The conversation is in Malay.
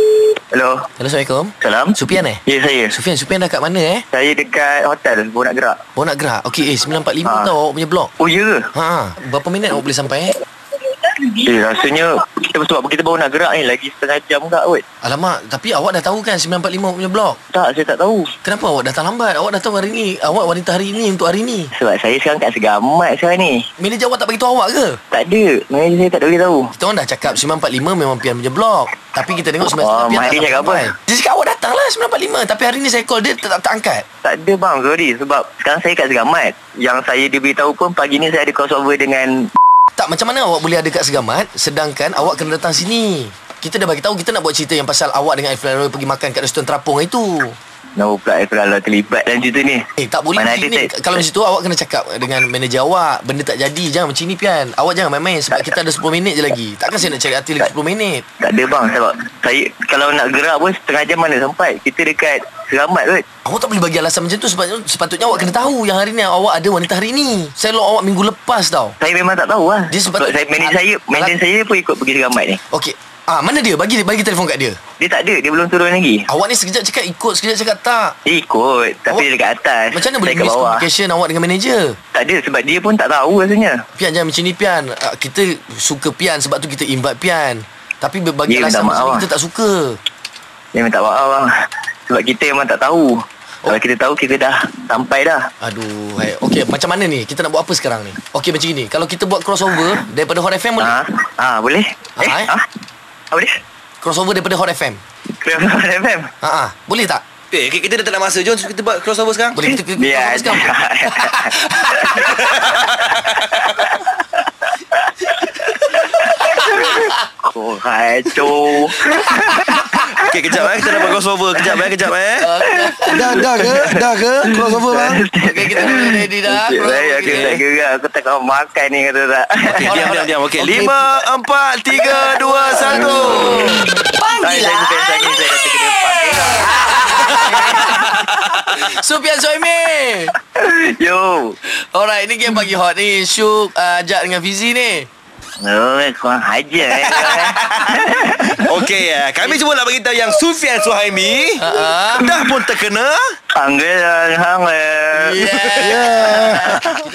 Hello. Hello, Assalamualaikum. Salam. Supian eh? Ya, saya. Sufian, Sufian dah kat mana eh? Saya dekat hotel baru nak gerak. Bawa nak gerak. Okey, eh 945 Ha. tau awak punya blok. Oh, ya ke? Ha, berapa minit awak boleh sampai eh? Eh, rasanya kita sebab kita baru nak gerak ni lagi setengah jam pula kot. Alamak, tapi awak dah tahu kan 945 awak punya blok. Tak, saya tak tahu. Kenapa awak datang lambat? Awak datang hari ni. Awak wanita hari ni untuk hari ni. Sebab saya sekarang kat Segamat sekarang ni. Manager awak tak beritahu awak ke? Tak ada. Manager saya tak ada beritahu. Kita orang dah cakap 945 memang pian punya blok. Tapi kita tengok 945 Oh, pian Mak tak Adi cakap sampai. apa? Dia cakap awak datang lah 945. Tapi hari ni saya call dia tak, tak, tak angkat. Tak ada bang, sorry. Sebab sekarang saya kat Segamat. Yang saya diberitahu pun pagi ni saya ada crossover dengan... Tak macam mana awak boleh ada kat Segamat sedangkan awak kena datang sini. Kita dah bagi tahu kita nak buat cerita yang pasal awak dengan Iflan Roy pergi makan kat restoran terapung itu. Kenapa pula saya kalau terlibat dalam cerita ni? Eh tak boleh Mana ada macam ni. saya- Kalau macam tu awak kena cakap dengan manager awak, benda tak jadi jangan macam ni pian. Awak jangan main-main sebab kita ada 10 minit je lagi. Takkan saya nak cari hati lagi 10 minit. Tak ada bang sebab saya kalau nak gerak pun setengah jam mana sampai. Kita dekat Seramat kot. Awak tak boleh bagi alasan macam tu sebab sepatutnya awak kena tahu yang hari ni awak ada wanita hari ni. Saya lock awak minggu lepas tau. Saya memang tak tahu lah. Dia sebab- sebab saya, manager saya, Alat- manager saya pun ikut pergi Seramat ni. Okey. Ah mana dia? Bagi bagi telefon kat dia. Dia tak ada, dia belum turun lagi. Awak ni sekejap cakap ikut, sekejap cakap tak. Dia ikut tapi Awak- dia dekat atas. Oh, Macam mana saya boleh kat bawah. miscommunication awak dengan manager? Tak ada sebab dia pun tak tahu rasanya. Pian jangan macam ni Pian Ah, Kita suka Pian Sebab tu kita invite Pian Tapi berbagi Ya, alasan minta maaf macam ni lah. Kita tak suka Dia memang tak tahu bang. Sebab kita memang tak tahu. Oh. Kalau kita tahu kita dah sampai dah. Aduh hai. Okay macam mana ni Kita nak buat apa sekarang ni Okay macam ni Kalau kita buat crossover Daripada Hot FM boleh Ha? Ha, boleh? Eh? Ha, eh? Ha? Ha, boleh? Crossover daripada Hot FM Kenapa FM? ha, ha. Boleh tak? Eh, okay, kita dah tak nak masa. Jom kita buat crossover sekarang. Boleh kita, kita Biar. crossover sekarang Kacau. Okay, kejap eh. Kita dah buat crossover. Kejap eh, kejap eh. Dah dah ke? Dah ke? Crossover bang? Okay kita dah ready dah Cik, Crossover Saya aku kita. tak gerak Aku takkan makan ni kata tak Okay, diam, diam, diam. Okay, Okay. lima, empat, tiga, dua, satu. Saya lah. saya saya saya saya kata kena pakai lah. Supian Soimi Yo Alright ni game pagi hot ni Syuk uh, Ajak dengan Fizi ni Oh kurang hajar eh Okay, eh. kami cuma nak beritahu yang Sufian Suhaimi Ha-ha. dah pun terkena Panggil lah Hang eh Yeah Yeah.